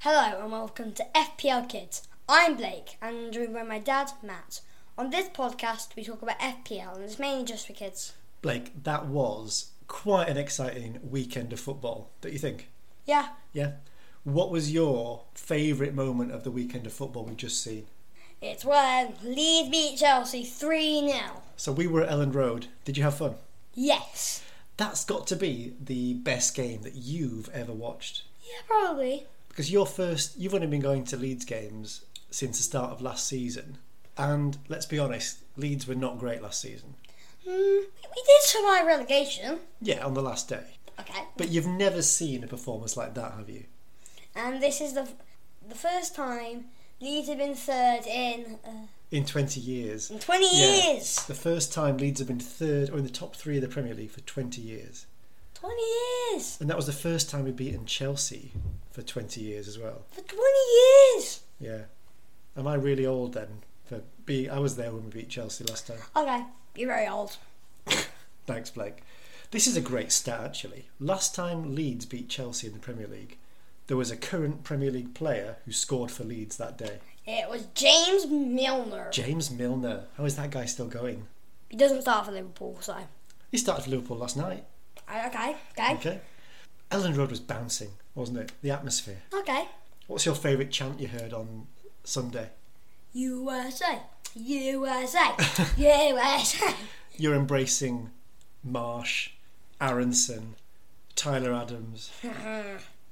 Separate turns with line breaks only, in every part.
Hello and welcome to FPL Kids. I'm Blake and I'm joined by my dad, Matt. On this podcast, we talk about FPL and it's mainly just for kids.
Blake, that was quite an exciting weekend of football, don't you think?
Yeah,
Yeah. What was your favourite moment of the weekend of football we've just seen?
it's when Leeds beat Chelsea 3 0.
So we were at Elland Road. Did you have fun?
Yes.
That's got to be the best game that you've ever watched.
Yeah, probably.
Because your first, you've only been going to Leeds games since the start of last season. And let's be honest, Leeds were not great last season.
Mm, we did survive relegation.
Yeah, on the last day.
Okay.
But you've never seen a performance like that, have you?
And this is the the first time Leeds have been third in, uh,
In 20 years.
in 20
Yeah.
years.
The first time Leeds have been third or in the top three of the Premier League for 20 years.
20 years.
And that was the first time we'd beaten Chelsea for 20 years as well.
For 20 years.
Yeah. Am I really old then? For be I was there when we beat Chelsea last time.
Okay, you're very old.
Thanks, Blake. This is a great stat actually. Last time Leeds beat Chelsea in the Premier League, there was a current Premier League player who scored for Leeds that day.
It was James Milner.
James Milner. How is that guy still going?
He doesn't start for Liverpool, so.
He started for Liverpool last night.
I- Okay, okay,
Okay. Ellen Road was bouncing, wasn't it? The atmosphere.
okay.
What's your favourite chant you heard on Sunday?
USA, USA, USA.
You're embracing Marsh, Aronson, Tyler Adams.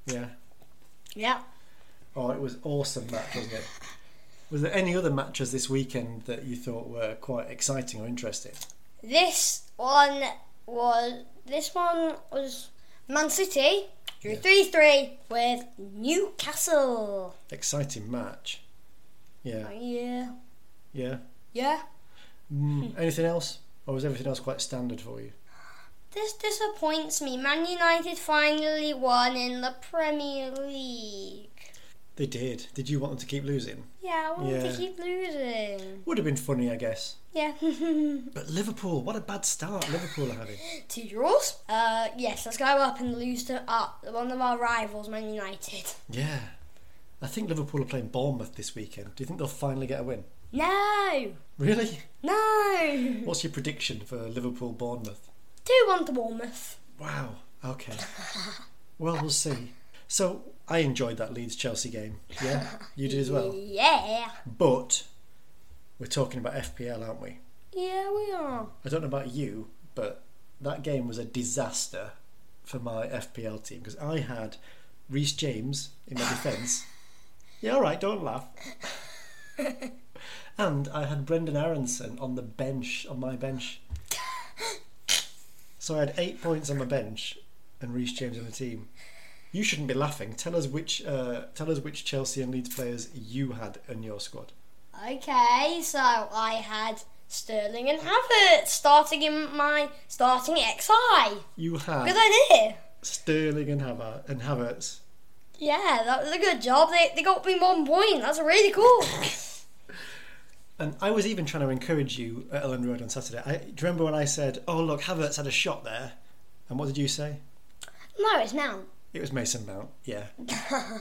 Yeah.
yeah.
Oh, it was awesome match, wasn't it? Was there any other matches this weekend that you thought were quite exciting or interesting?
This one was. This one was Man City drew
Yeah.
three three with Newcastle.
Exciting match. Yeah.
Yeah,
Yeah.
yeah.
Mm, anything else? Or was everything else quite standard for you?
This disappoints me. Man United finally won in the Premier League.
They did. Did you want them to keep losing?
Yeah, I wanted
Yeah.
to keep losing.
Would have been funny, I guess.
Yeah.
But Liverpool, what a bad start Liverpool are having.
Two draws. Uh, yes, let's go up and lose to uh, one of our rivals, Man United.
Yeah. I think Liverpool are playing Bournemouth this weekend. Do you think they'll finally get a win?
No,
Really?
no.
What's your prediction for Liverpool Bournemouth?
Two one to Bournemouth.
Wow. Okay. Well, we'll see. So, I enjoyed that Leeds Chelsea game. Yeah, you did as well.
Yeah,
But we're talking about FPL, aren't we?
yeah, we are.
I don't know about you, but that game was a disaster for my FPL team because I had Reece James in my defence. yeah, all right, don't laugh. and I had Brendan Aronson on the bench, on my bench. So I had eight points on my bench and Reece James on the team. You shouldn't be laughing. Tell us which uh, tell us which Chelsea and Leeds players you had in your squad.
Okay, so I had Sterling and Havertz starting in my starting XI.
You
Good
had
idea.
Sterling and Havertz and Havertz
Yeah, that was a good job. They they got me one point. That's really cool.
And I was even trying to encourage you at Ellen Road on Saturday. I, do you remember when I said, "Oh look, Havertz had a shot there," and what did you say?
no, it's Mount.
It was Mason Mount. Yeah.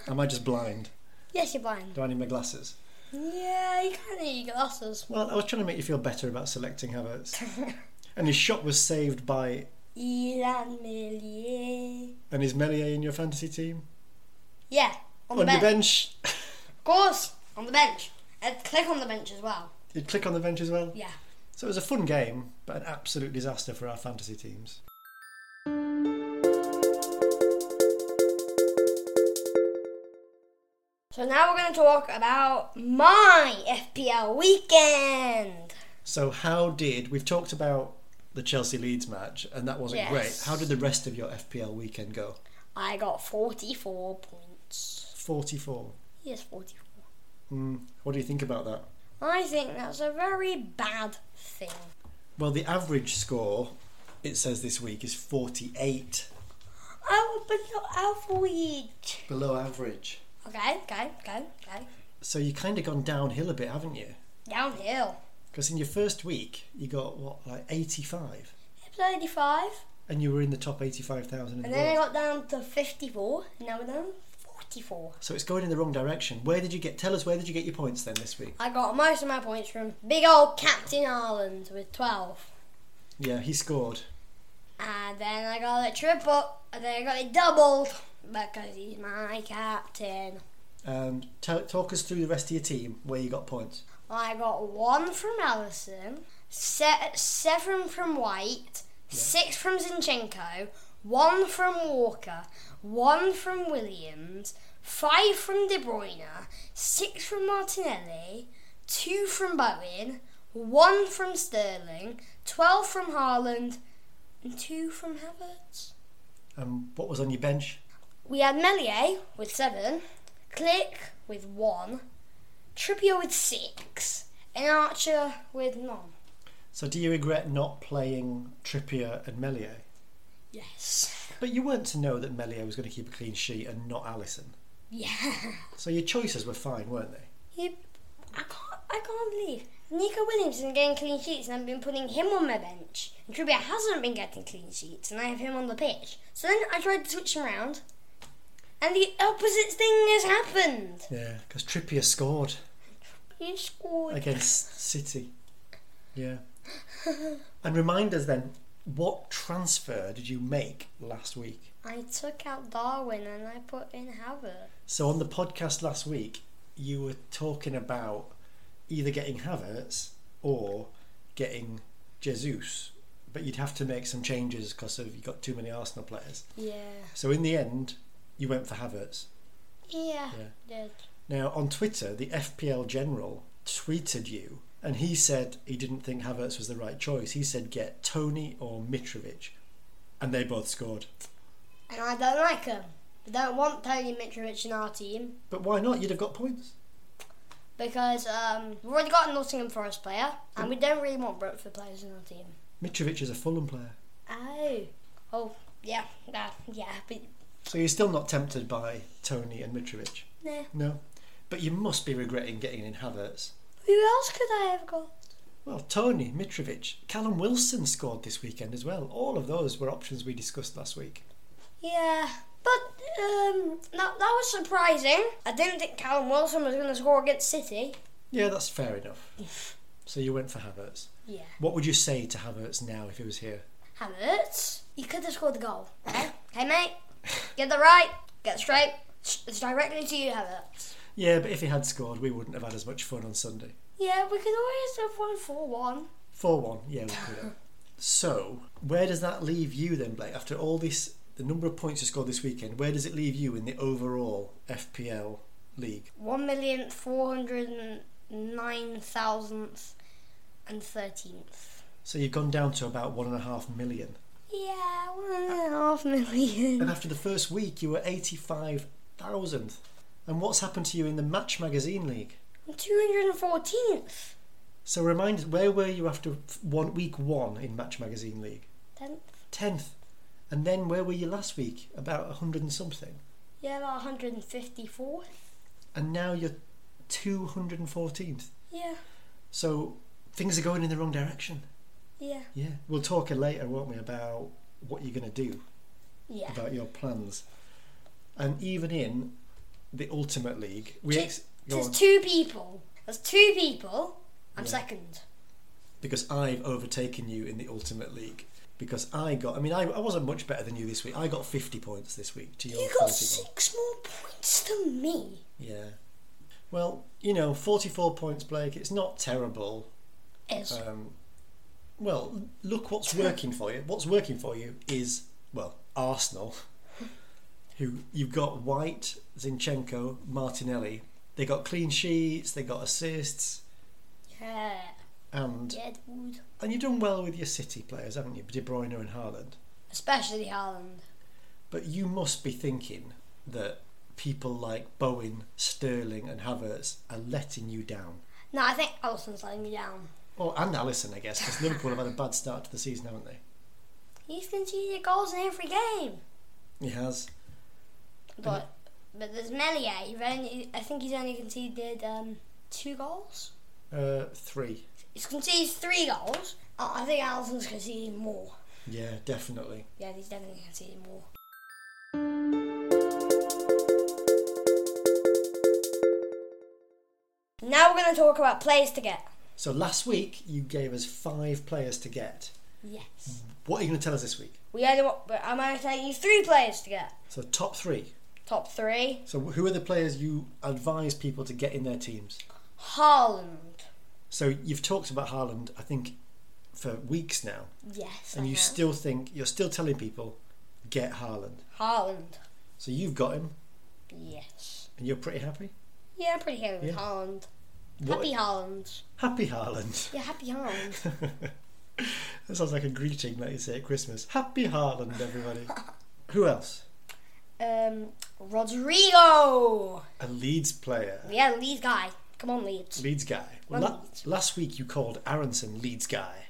Am I just blind?
Yes, you're blind.
Do I need my glasses?
Yeah, you can't need your glasses.
Well, I was trying to make you feel better about selecting Havertz. and his shot was saved by
Ilan Millier.
and is Melier in your fantasy team
Yeah, on the
on
bench.
your bench.
Of course, on the bench. And click on the bench as well.
you click on the bench as well.
Yeah.
So it was a fun game, but an absolute disaster for our fantasy teams.
So now we're going to talk about my FPL weekend.
So how did we've talked about the Chelsea Leeds match, and that wasn't
Yes.
great. How did the rest of your FPL weekend go?
I got 44 points.
44.
Yes, 44.
Mm, what do you think about that?
I think that's a very bad thing.
Well, the average score, it says this week, is 48.
Oh, but not average.
Below average.
Okay, okay, okay, okay.
So you've kind of gone downhill a bit, haven't you?
Downhill.
Because in your first week, you got, what, like 85?
Episode 85.
And you were in the top 85,000 in
And
the
then I got
world.
down to 54. And now we're down to 40. 34.
So it's going in the wrong direction. Where did you get? Tell us where did you get your points then this week?
I got most of my points from big old Captain Ireland with 12.
Yeah, he scored.
And then I got it triple, and then I got it doubled because he's my captain.
Um, tell, talk us through the rest of your team where you got points.
I got one from Allison, se- seven from White, six from Zinchenko, one from Walker, one from Williams, five from De Bruyne, six from Martinelli, two from Bowen, one from Sterling, twelve from Haaland, and two from Havertz.
Um, what was on your bench?
We had Melier with seven, Click with one, Trippier with six, and Archer with none.
So do you regret not playing Trippier and Melier?
Yes.
But you weren't to know that Melier was going to keep a clean sheet and not Allison.
Yeah.
So your choices were fine, weren't they?
You, I can't. I can't believe Nico Williams isn't getting clean sheets, and I've been putting him on my bench. And Trippier hasn't been getting clean sheets, and I have him on the pitch. So then I tried to switch him around, and the opposite thing has happened.
Yeah, because Trippier scored
He scored.
against City. Yeah. And remind us then, what transfer did you make last week?
I took out Darwin and I put in Havertz.
So on the podcast last week, you were talking about either getting Havertz or getting Jesus, but you'd have to make some changes because of you got too many Arsenal players.
Yeah.
So in the end, you went for Havertz.
Yeah.
Yeah.
Did.
Now on Twitter, the FPL general tweeted you, and he said he didn't think Havertz was the right choice. He said get Tony or Mitrovic, and they both scored.
And I don't like him. We don't want Tony Mitrovic in our team
But why not? You'd have got points.
because um, we've already got a Nottingham Forest player, and we don't really want Brentford players in our team.
Mitrovic is a Fulham player,
Oh. Oh, yeah, yeah, yeah, but
so you're still not tempted by Tony and Mitrovic.
nah.
No, but you must be regretting getting in Havertz.
Who else could I have got?
Well, Tony Mitrovic, Callum Wilson scored this weekend as well. All of those were options we discussed last week.
Yeah. But um that, that was surprising. I didn't think Callum Wilson was gonna score against City.
Yeah, that's fair enough. So you went for Havertz.
Yeah.
What would you say to Havertz now if he was here?
Havertz, you could have scored the goal. Okay, okay mate. Get the right, get straight. It's directly to you, Havertz.
Yeah, but if he had scored, we wouldn't have had as much fun on Sunday.
Yeah, we could always have won 4 1.
4 1, yeah, we could have. So, where does that leave you then, Blake? After all this, the number of points you scored this weekend, where does it leave you in the overall FPL league?
One million four hundred and nine thousandth and thirteenth.
So you've gone down to about one and a half million.
Yeah, one and a half
And
million.
after the first week, you were 85,000th. And what's happened to you in the Match Magazine League?
Two hundred and fourteenth.
So remind us, where were you after f- one, week one in Match Magazine League?
Tenth.
10th. And then where were you last week? About a 100 and something.
Yeah, about one hundred and fifty-four.
And now you're 214th.
Yeah,
So things are going in the wrong direction.
yeah,
Yeah. We'll talk later, won't we, about what you're going to do,
yeah.
about your plans. And even in the Ultimate League, we ex- go
There's
on,
two people. There's two people. I'm
Yeah.
second.
because I've overtaken you in the Ultimate League. Because I got, I mean, I, I wasn't much better than you this week. I got 50 points this week to your
You got
40 points.
six more points than me.
Yeah. Well, you know, 44 points, Blake, it's not terrible.
Is
Um, well, look what's working for you. What's working for you is, well, Arsenal, who you've got White, Zinchenko, Martinelli. They got clean sheets, they got assists,
yeah,
and
Deadwood,
and you've done well with your City players, haven't you? De Bruyne and Haaland.
especially Haaland.
But you must be thinking that people like Bowen, Sterling, and Havertz are letting you down.
No, I think Allison's letting me down.
Well, and Allison, I guess, because Liverpool have had a bad start to the season, haven't they?
He's conceded goals in every game.
He has.
But but there's Melier. He only, I think he's only conceded um, two goals.
Uh, three.
He's conceded three goals. I I think Allison's conceded more.
Yeah, definitely.
Yeah, he's definitely conceded more. Now we're going to talk about players to get.
So last week you gave us five players to get.
Yes.
What are you going to tell us this week?
We only want, but I'm only telling you three players to get.
So top three.
Top three
So who are the players you advise people to get in their teams?
Haaland.
So you've talked about Haaland, I think, for weeks now,
Yes.
and
I
you
have.
still think you're still telling people get Haaland.
Haaland.
So you've got him,
Yes.
and you're pretty happy.
Yeah, I'm pretty happy with
Yeah.
Haaland.
What-
Happy Haaland.
happy Haaland.
Yeah, happy Haaland.
That sounds like a greeting that you say at Christmas. Happy Haaland, everybody. Who else?
um, Rodrigo.
A Leeds player.
Yeah, Leeds guy. Come on, Leeds.
Leeds guy. Well,
Well,
la-
Leeds.
last week you called Aronson Leeds guy.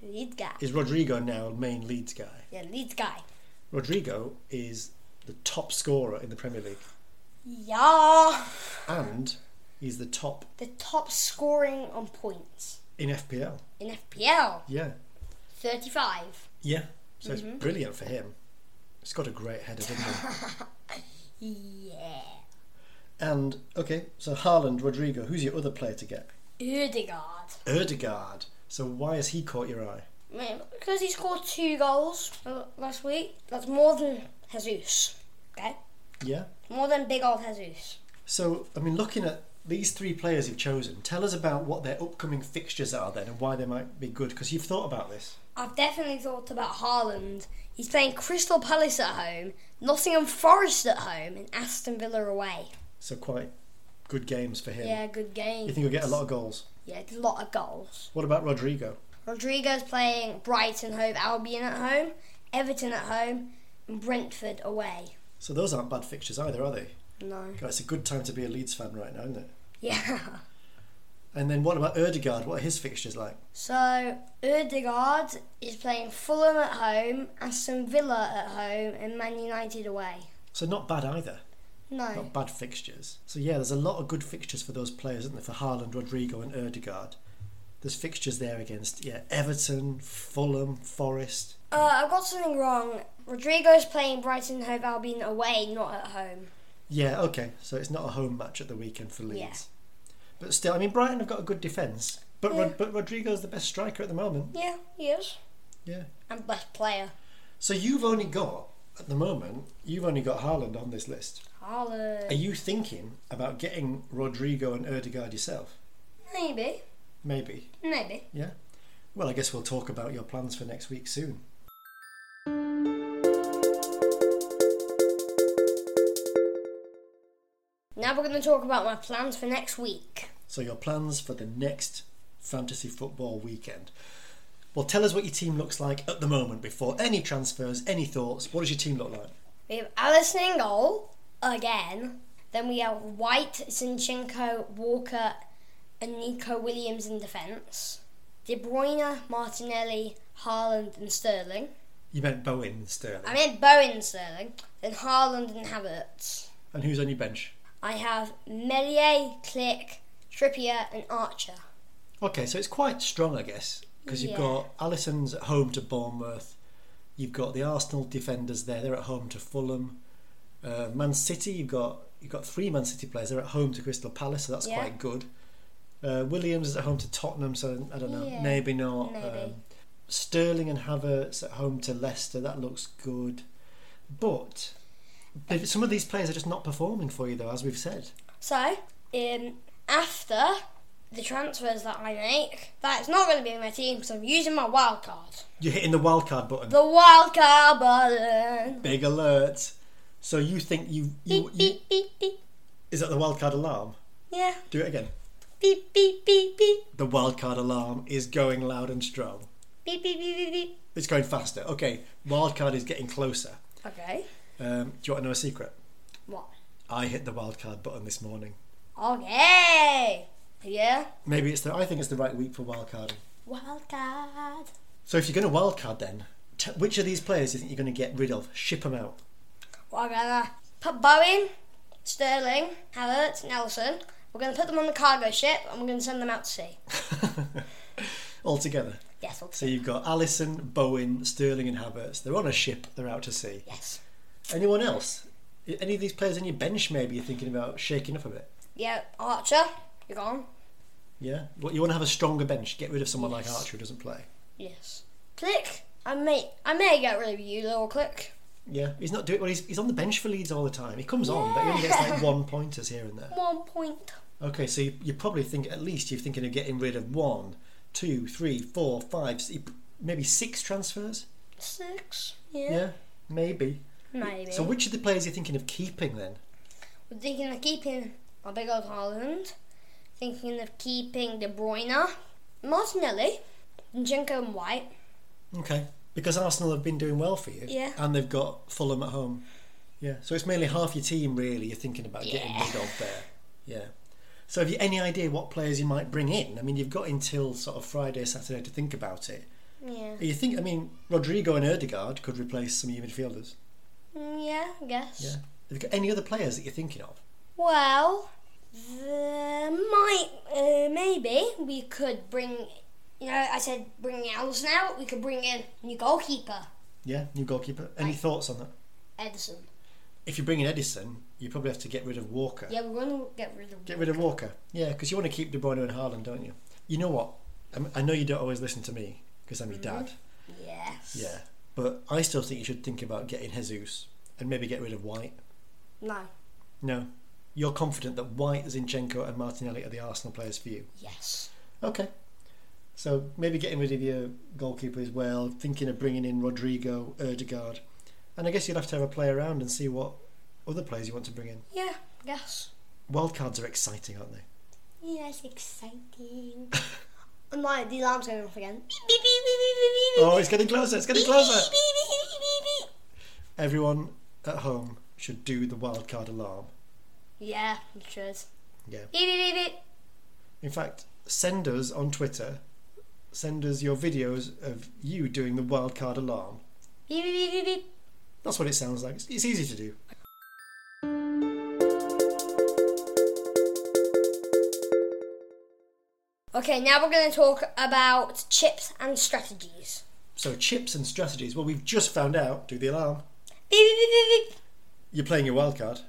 Leeds guy.
Is Rodrigo now main Leeds guy?
Yeah, Leeds guy.
Rodrigo is the top scorer in the Premier League,
Yeah.
and he's the top
The top scoring on points
in FPL.
in FPL.
Yeah, Mm-hmm.
35.
yeah. So it's brilliant for him. He's got a great header, doesn't he?
Yeah.
and okay, so Haaland, Rodrigo. Who's your other player to get?
Erdegaard.
Erdegaard. So why has he caught your eye?
Because he scored two goals uh, last week. That's more than Jesus. Okay?
Yeah.
More than big old Jesus.
So I mean, looking at these three players you've chosen, tell us about what their upcoming fixtures are then, and why they might be good. Because you've thought about this.
I've definitely thought about Haaland. He's playing Crystal Palace at home, Nottingham Forest at home, and Aston Villa away.
So quite good games for him.
Yeah, good game.
You think he'll get a lot of goals?
Yeah, a lot of goals.
What about Rodrigo?
Rodrigo's playing Brighton Hove Albion at home, Everton at home, and Brentford away.
So those aren't bad fixtures either, are they?
No.
God, it's a good time to be a Leeds fan right now, isn't it?
Yeah.
And then what about Erdegaard? What are his fixtures like?
So Erdegaard is playing Fulham at home, Aston Villa at home, and Man United away.
So not bad either.
No.
Not bad fixtures. So yeah, there's a lot of good fixtures for those players, isn't there? For Haaland, Rodrigo, and Erdegaard. There's fixtures there against yeah Everton, Fulham, Forest.
Uh, I've got something wrong. Rodrigo's playing Brighton Hove Albion away, not at home.
Yeah, okay. So it's not a home match at the weekend for Leeds. But still, I mean, Brighton have got a good defence. But Rod-
Yeah.
but Rodrigo's the best striker at the moment.
Yeah, he is.
Yeah.
And best player.
So you've only got at the moment you've only got Haaland on this list. Are
Haaland.
you thinking about getting Rodrigo and Erdegaard yourself?
Maybe.
Maybe.
Maybe.
Yeah. Well, I guess we'll talk about your plans for next week soon.
Now we're going to talk about my plans for next week.
So your plans for the next fantasy football weekend. Well, tell us what your team looks like at the moment before any transfers, any thoughts. What does your team look like?
We have Alison in goal again. Then we have White, Zinchenko, Walker, and Nico Williams in defence. De Bruyne, Martinelli, Haaland, and Sterling.
You meant Bowen, Sterling.
I meant Bowen, and Sterling, then Haaland and Havertz.
and who's on your bench?
I have Melier, Click, Trippier, and Archer.
Okay, so it's quite strong, I guess, because you've
Yeah.
got Allison's at home to Bournemouth. You've got the Arsenal defenders there; they're at home to Fulham. Uh, Man City, you've got you've got three Man City players. They're at home to Crystal Palace, so that's
Yeah.
quite good. Uh, Williams is at home to Tottenham, so I don't know,
Yeah,
maybe not. um,
maybe.
Sterling and Havertz at home to Leicester. That looks good, but if- some of these players are just not performing for you, though, as we've said.
So, um, after the transfers that I make, that's not going to be in my team because I'm using my wild card.
You're hitting the wildcard button.
The wild card button.
Big alert. So you think you,
Beep,
you, you
beep, beep, beep.
is that the wildcard alarm?
Yeah.
Do it again.
Beep, beep, beep, beep.
The wildcard alarm is going loud and strong.
Beep, beep, beep, beep, beep.
It's going faster. Okay, wildcard is getting closer.
Okay.
Um, do you want to know a secret?
What?
I hit the wildcard button this morning.
Okay. Yeah.
Maybe it's the I think it's the right week for wildcarding.
Wild card.
So if you're going to wildcard, then t- which of these players do you think you're going to get rid of? Ship them out.
We're gonna put Bowen, Sterling, Havertz, Nelson. We're gonna put them on the cargo ship and we're gonna send them out to sea.
All together.
Yes, I'll
So you've got Allison, Bowen, Sterling, and Havertz. They're on a ship. They're out to sea.
Yes.
Anyone else? Any of these players on your bench? Maybe you're thinking about shaking up a bit.
Yeah, Archer. You're gone.
Yeah. Well, you want to have a stronger bench. Get rid of someone like
Yes.
Archer who doesn't play.
Yes. Click. I may I may get rid of you, little click.
Yeah. He's not doing well. He's, he's on the bench for Leeds all the time. He comes on, but he only gets
Yeah.
like one pointers here and there.
One point.
Okay, so you, you probably think at least you're thinking of getting rid of one, two, three, four, five, s- maybe six transfers.
Six.
Yeah.
Yeah.
Maybe.
Maybe.
So which of the players you're thinking of keeping then?
We're thinking of keeping our big old Haaland. Thinking of keeping De Bruyne, Martinelli, Jenko and White.
Okay. Because Arsenal have been doing well for you.
Yeah.
And they've got Fulham at home. Yeah. So it's mainly half your team really you're thinking about getting
Yeah.
rid of there. Yeah. So have you any idea what players you might bring in? I mean, you've got until sort of Friday, Saturday to think about it.
Yeah.
You think? I mean, Rodrigo and Erdegaard could replace some of your midfielders.
Mm, Yeah, I guess.
Yeah. Have you got any other players that you're thinking of?
Well, there might uh, maybe we could bring. You know, I said bring Allison out. We could bring in new goalkeeper
Yeah, new goalkeeper. Any
Right.
thoughts on that?
Edison.
If you bring in Edison, you probably have to get rid of Walker.
Yeah, we're going to get rid of.
Get rid of Walker. Yeah, because you want to keep De Bruyne and Haaland, don't you? You know what? I'm, I know you don't always listen to me because I'm your dad.
Yes.
Yeah. But I still think you should think about getting Jesus and maybe get rid of White.
No.
No. You're confident that White, Zinchenko, and Martinelli are the Arsenal players for you.
Yes.
Okay. So maybe getting rid of your goalkeeper as well, thinking of bringing in Rodrigo, Erdegaard. And I guess you'd have to have a play around and see what other players you want to bring in.
Yeah. Yes.
Wildcards are exciting, aren't they?
Yes, exciting. and my the alarm's going off again. Beep, beep, beep, beep, beep, beep, beep,
Oh, it's getting closer, it's getting
beep,
closer!
beep, beep, beep, beep, beep,
Everyone at home should do the wildcard alarm.
beep. Yeah, it should.
Yeah.
Beep, beep, beep, beep.
In fact, send us on Twitter, send us your videos of you doing the wildcard alarm.
Beep, beep, beep, beep, beep.
That's what it sounds like. It's, it's easy to do.
Okay, now we're going to talk about chips and strategies.
So, chips and strategies. Well, we've just found out, do the alarm.
Beep, beep, beep, beep, beep.
You're playing your wildcard,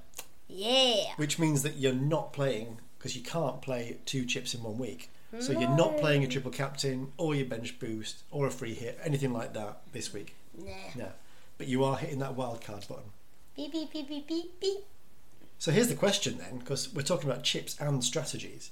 Yeah.
which means that you're not playing, because you can't play two chips in one week. So, you're not playing a triple captain or your bench boost or a free hit, anything like that this week.
Nah.
No. But you are hitting that wildcard button.
Beep, beep, beep, beep, beep, beep.
So here's the question then, because we're talking about chips and strategies.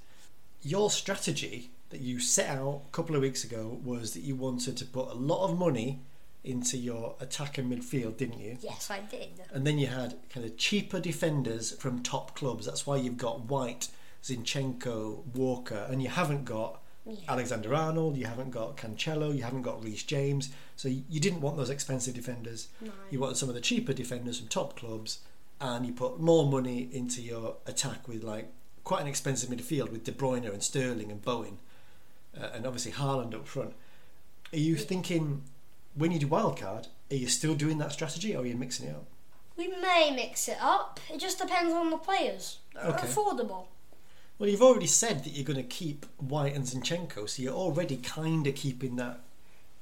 Your strategy that you set out a couple of weeks ago was that you wanted to put a lot of money into your attack and midfield, didn't you?
Yes, I did.
And then you had kind of cheaper defenders from top clubs. That's why you've got White, Zinchenko, Walker, and you haven't got Alexander Arnold, you haven't got Cancelo, you haven't got Reece James. So you you didn't want those expensive defenders. You wanted some of the cheaper defenders from top clubs, and you put more money into your attack with like quite an expensive midfield with De Bruyne and Sterling and Bowen, uh, and obviously Haaland up front. Are you thinking when you do wildcard, are you still doing that strategy or are you mixing it up?
We may mix it up. It just depends on the players. They're
Okay.
affordable.
Well, you've already said that you're going to keep White and Zinchenko, so you're already kind of keeping that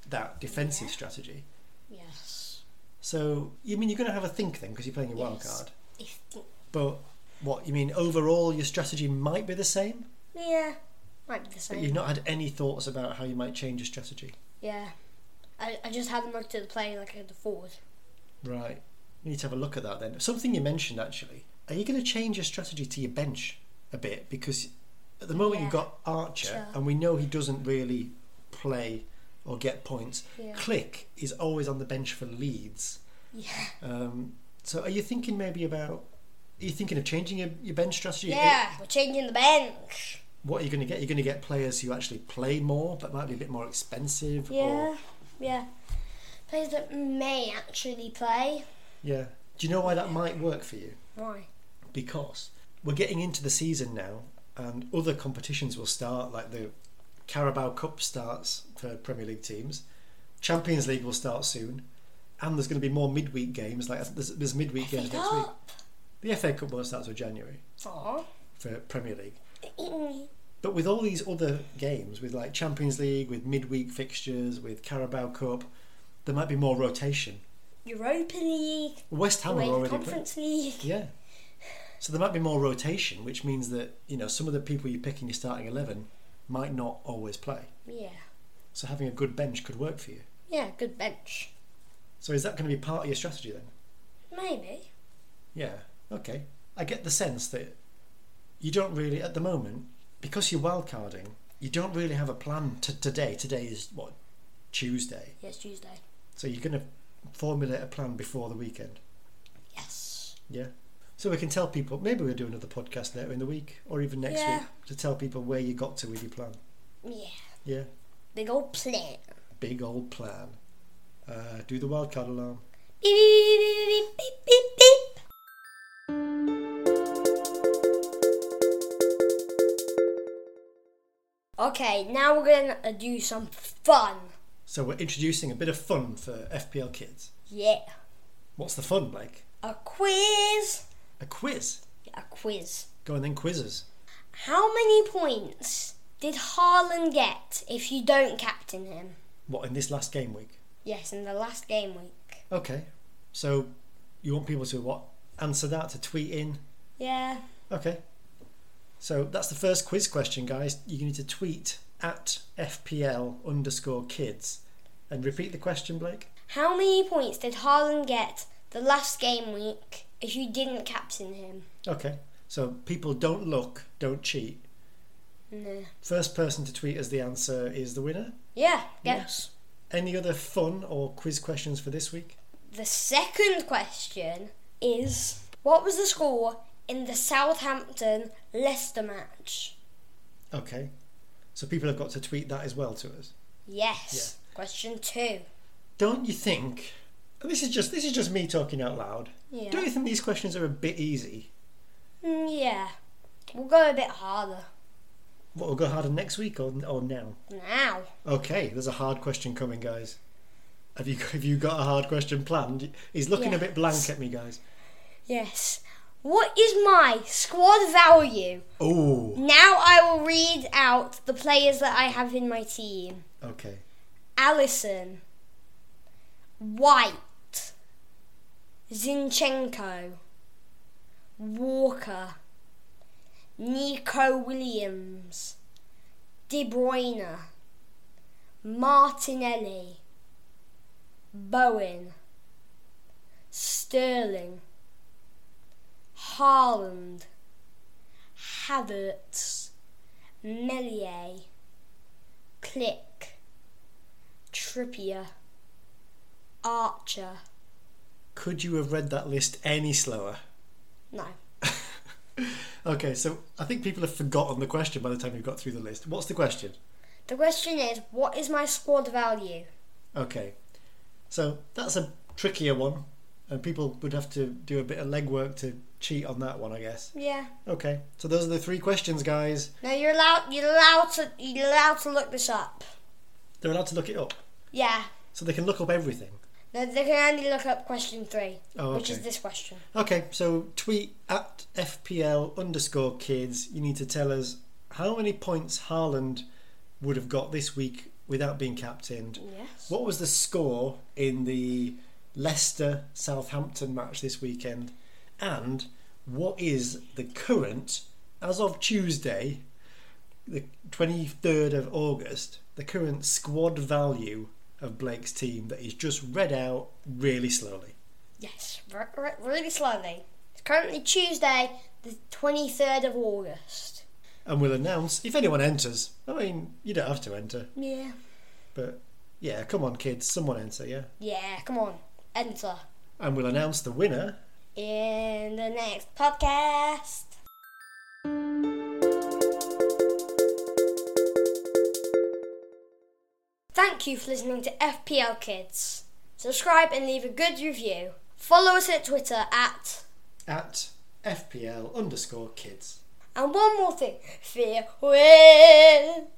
that defensive strategy.
Yes.
So, you mean you're going to have a think then because you're playing your wild
Yes.
card.
If,
But what you mean overall, your strategy might be the same,
yeah. Might be the same.
but you've not had any thoughts about how you might change your strategy,
Yeah. I, I just haven't looked at the player like I could afford.
right? We need to have a look at that then. Something you mentioned actually. Are you going to change your strategy to your bench a bit because at the moment you've
Yeah.
got Archer,
Sure.
and we know he doesn't really play or get points.
Yeah.
Click is always on the bench for Leeds.
Yeah.
Um, so are you thinking maybe about? Are you thinking of changing your, your bench strategy?
Yeah. We're changing the bench.
What are you going to get? You're going to get players who actually play more, but might be a bit more expensive. Or,
Yeah. Players that may actually play.
yeah. Do you know why that might work for you?
Why?
Because we're getting into the season now, and other competitions will start. Like the Carabao Cup starts for Premier League teams. Champions League will start soon, and there's going to be more midweek games. Like there's, there's midweek games next week. The FA Cup won't start till January
Aw.
for Premier League. But with all these other games, with like Champions League, with midweek fixtures, with Carabao Cup, there might be more rotation.
Europa League.
West Ham are
Away
Oh, already
Conference League.
playing. Yeah. So there might be more rotation, which means that you know some of the people you pick in your starting eleven might not always play.
Yeah.
So having a good bench could work for you.
Yeah, good bench.
So is that going to be part of your strategy then?
Maybe.
Yeah. Okay. I get the sense that you don't really at the moment because you're wildcarding. You don't really have a plan to today. Today is what Tuesday.
Yes, Tuesday.
So you're going to formulate a plan before the weekend.
Yes.
Yeah. So we can tell people. Maybe we'll do another podcast later in the week or even next
Yeah.
week to tell people where you got to with your plan.
Yeah.
Yeah.
Big old plan.
Big old plan. Uh, do the wildcard alarm.
Beep, beep, beep, beep, beep, beep, beep. Okay, now we're gonna uh, do some fun.
So we're introducing a bit of fun for FPL kids.
Yeah.
What's the fun like?
A quiz.
A quiz.
A quiz.
Go and then quizzes.
How many points did Haaland get if you don't captain him?
What in this last game week?
Yes, in the last game week.
Okay. So you want people to what? Answer that to tweet in.
Yeah.
Okay. So that's the first quiz question, guys. You need to tweet at FPL underscore kids. And repeat the question, Blake.
How many points did Haaland get the last game week if you didn't captain him?
Okay. So people don't look, don't cheat.
No.
First person to tweet as the answer is the winner.
Yeah, yes.
Any other fun or quiz questions for this week?
The second question is what was the score in the Southampton Leicester match?
Okay. So people have got to tweet that as well to us.
Yes. Question two.
Don't you think? and This is just this is just me talking out loud.
Yeah.
Don't you think these questions are a bit easy?
Mm, yeah. We'll go a bit harder
What, we'll go harder next week or, or now?
now.
Okay, there's a hard question coming, guys. Have you, have you got a hard question planned? He's looking a bit blank at me, guys.
Yes. What is my squad value?
Oh,
Now I will read out the players that I have in my team.
okay.
Allison, White, Zinchenko, Walker, Nico Williams, De Bruyne, Martinelli, Bowen, Sterling, Haaland, Havertz, Melier, Click. Trippier, Archer.
Could you have read that list any slower?
No.
Okay, so I think people have forgotten the question by the time you've got through the list. What's the question?
The question is, what is my squad value?
Okay, so that's a trickier one, and people would have to do a bit of legwork to cheat on that one, I guess.
Yeah.
Okay, so those are the three questions, guys.
No, you're allowed. You're allowed to. You're allowed to look this up.
They're allowed to look it up,
Yeah.
so they can look up everything.
No, they can only look up question three,
Oh,
which
okay.
is this question.
Okay, so tweet at FPL underscore kids. You need to tell us how many points Haaland would have got this week without being captained.
Yes.
What was the score in the Leicester Southampton match this weekend? And what is the current, as of Tuesday, the 23rd of August, the current squad value of Blake's team that he's just read out really slowly?
Yes. R- r- really slowly. It's currently Tuesday, the twenty-third of August.
and we'll announce if anyone enters. I mean, you don't have to enter,
Yeah.
but yeah, come on, kids, someone enter, yeah.
Yeah. Come on. Enter
And we'll announce the winner.
in the next podcast. Thank you for listening to FPL Kids. Subscribe and leave a good review. Follow us at Twitter at.
At FPL underscore kids.
And one more thing farewell.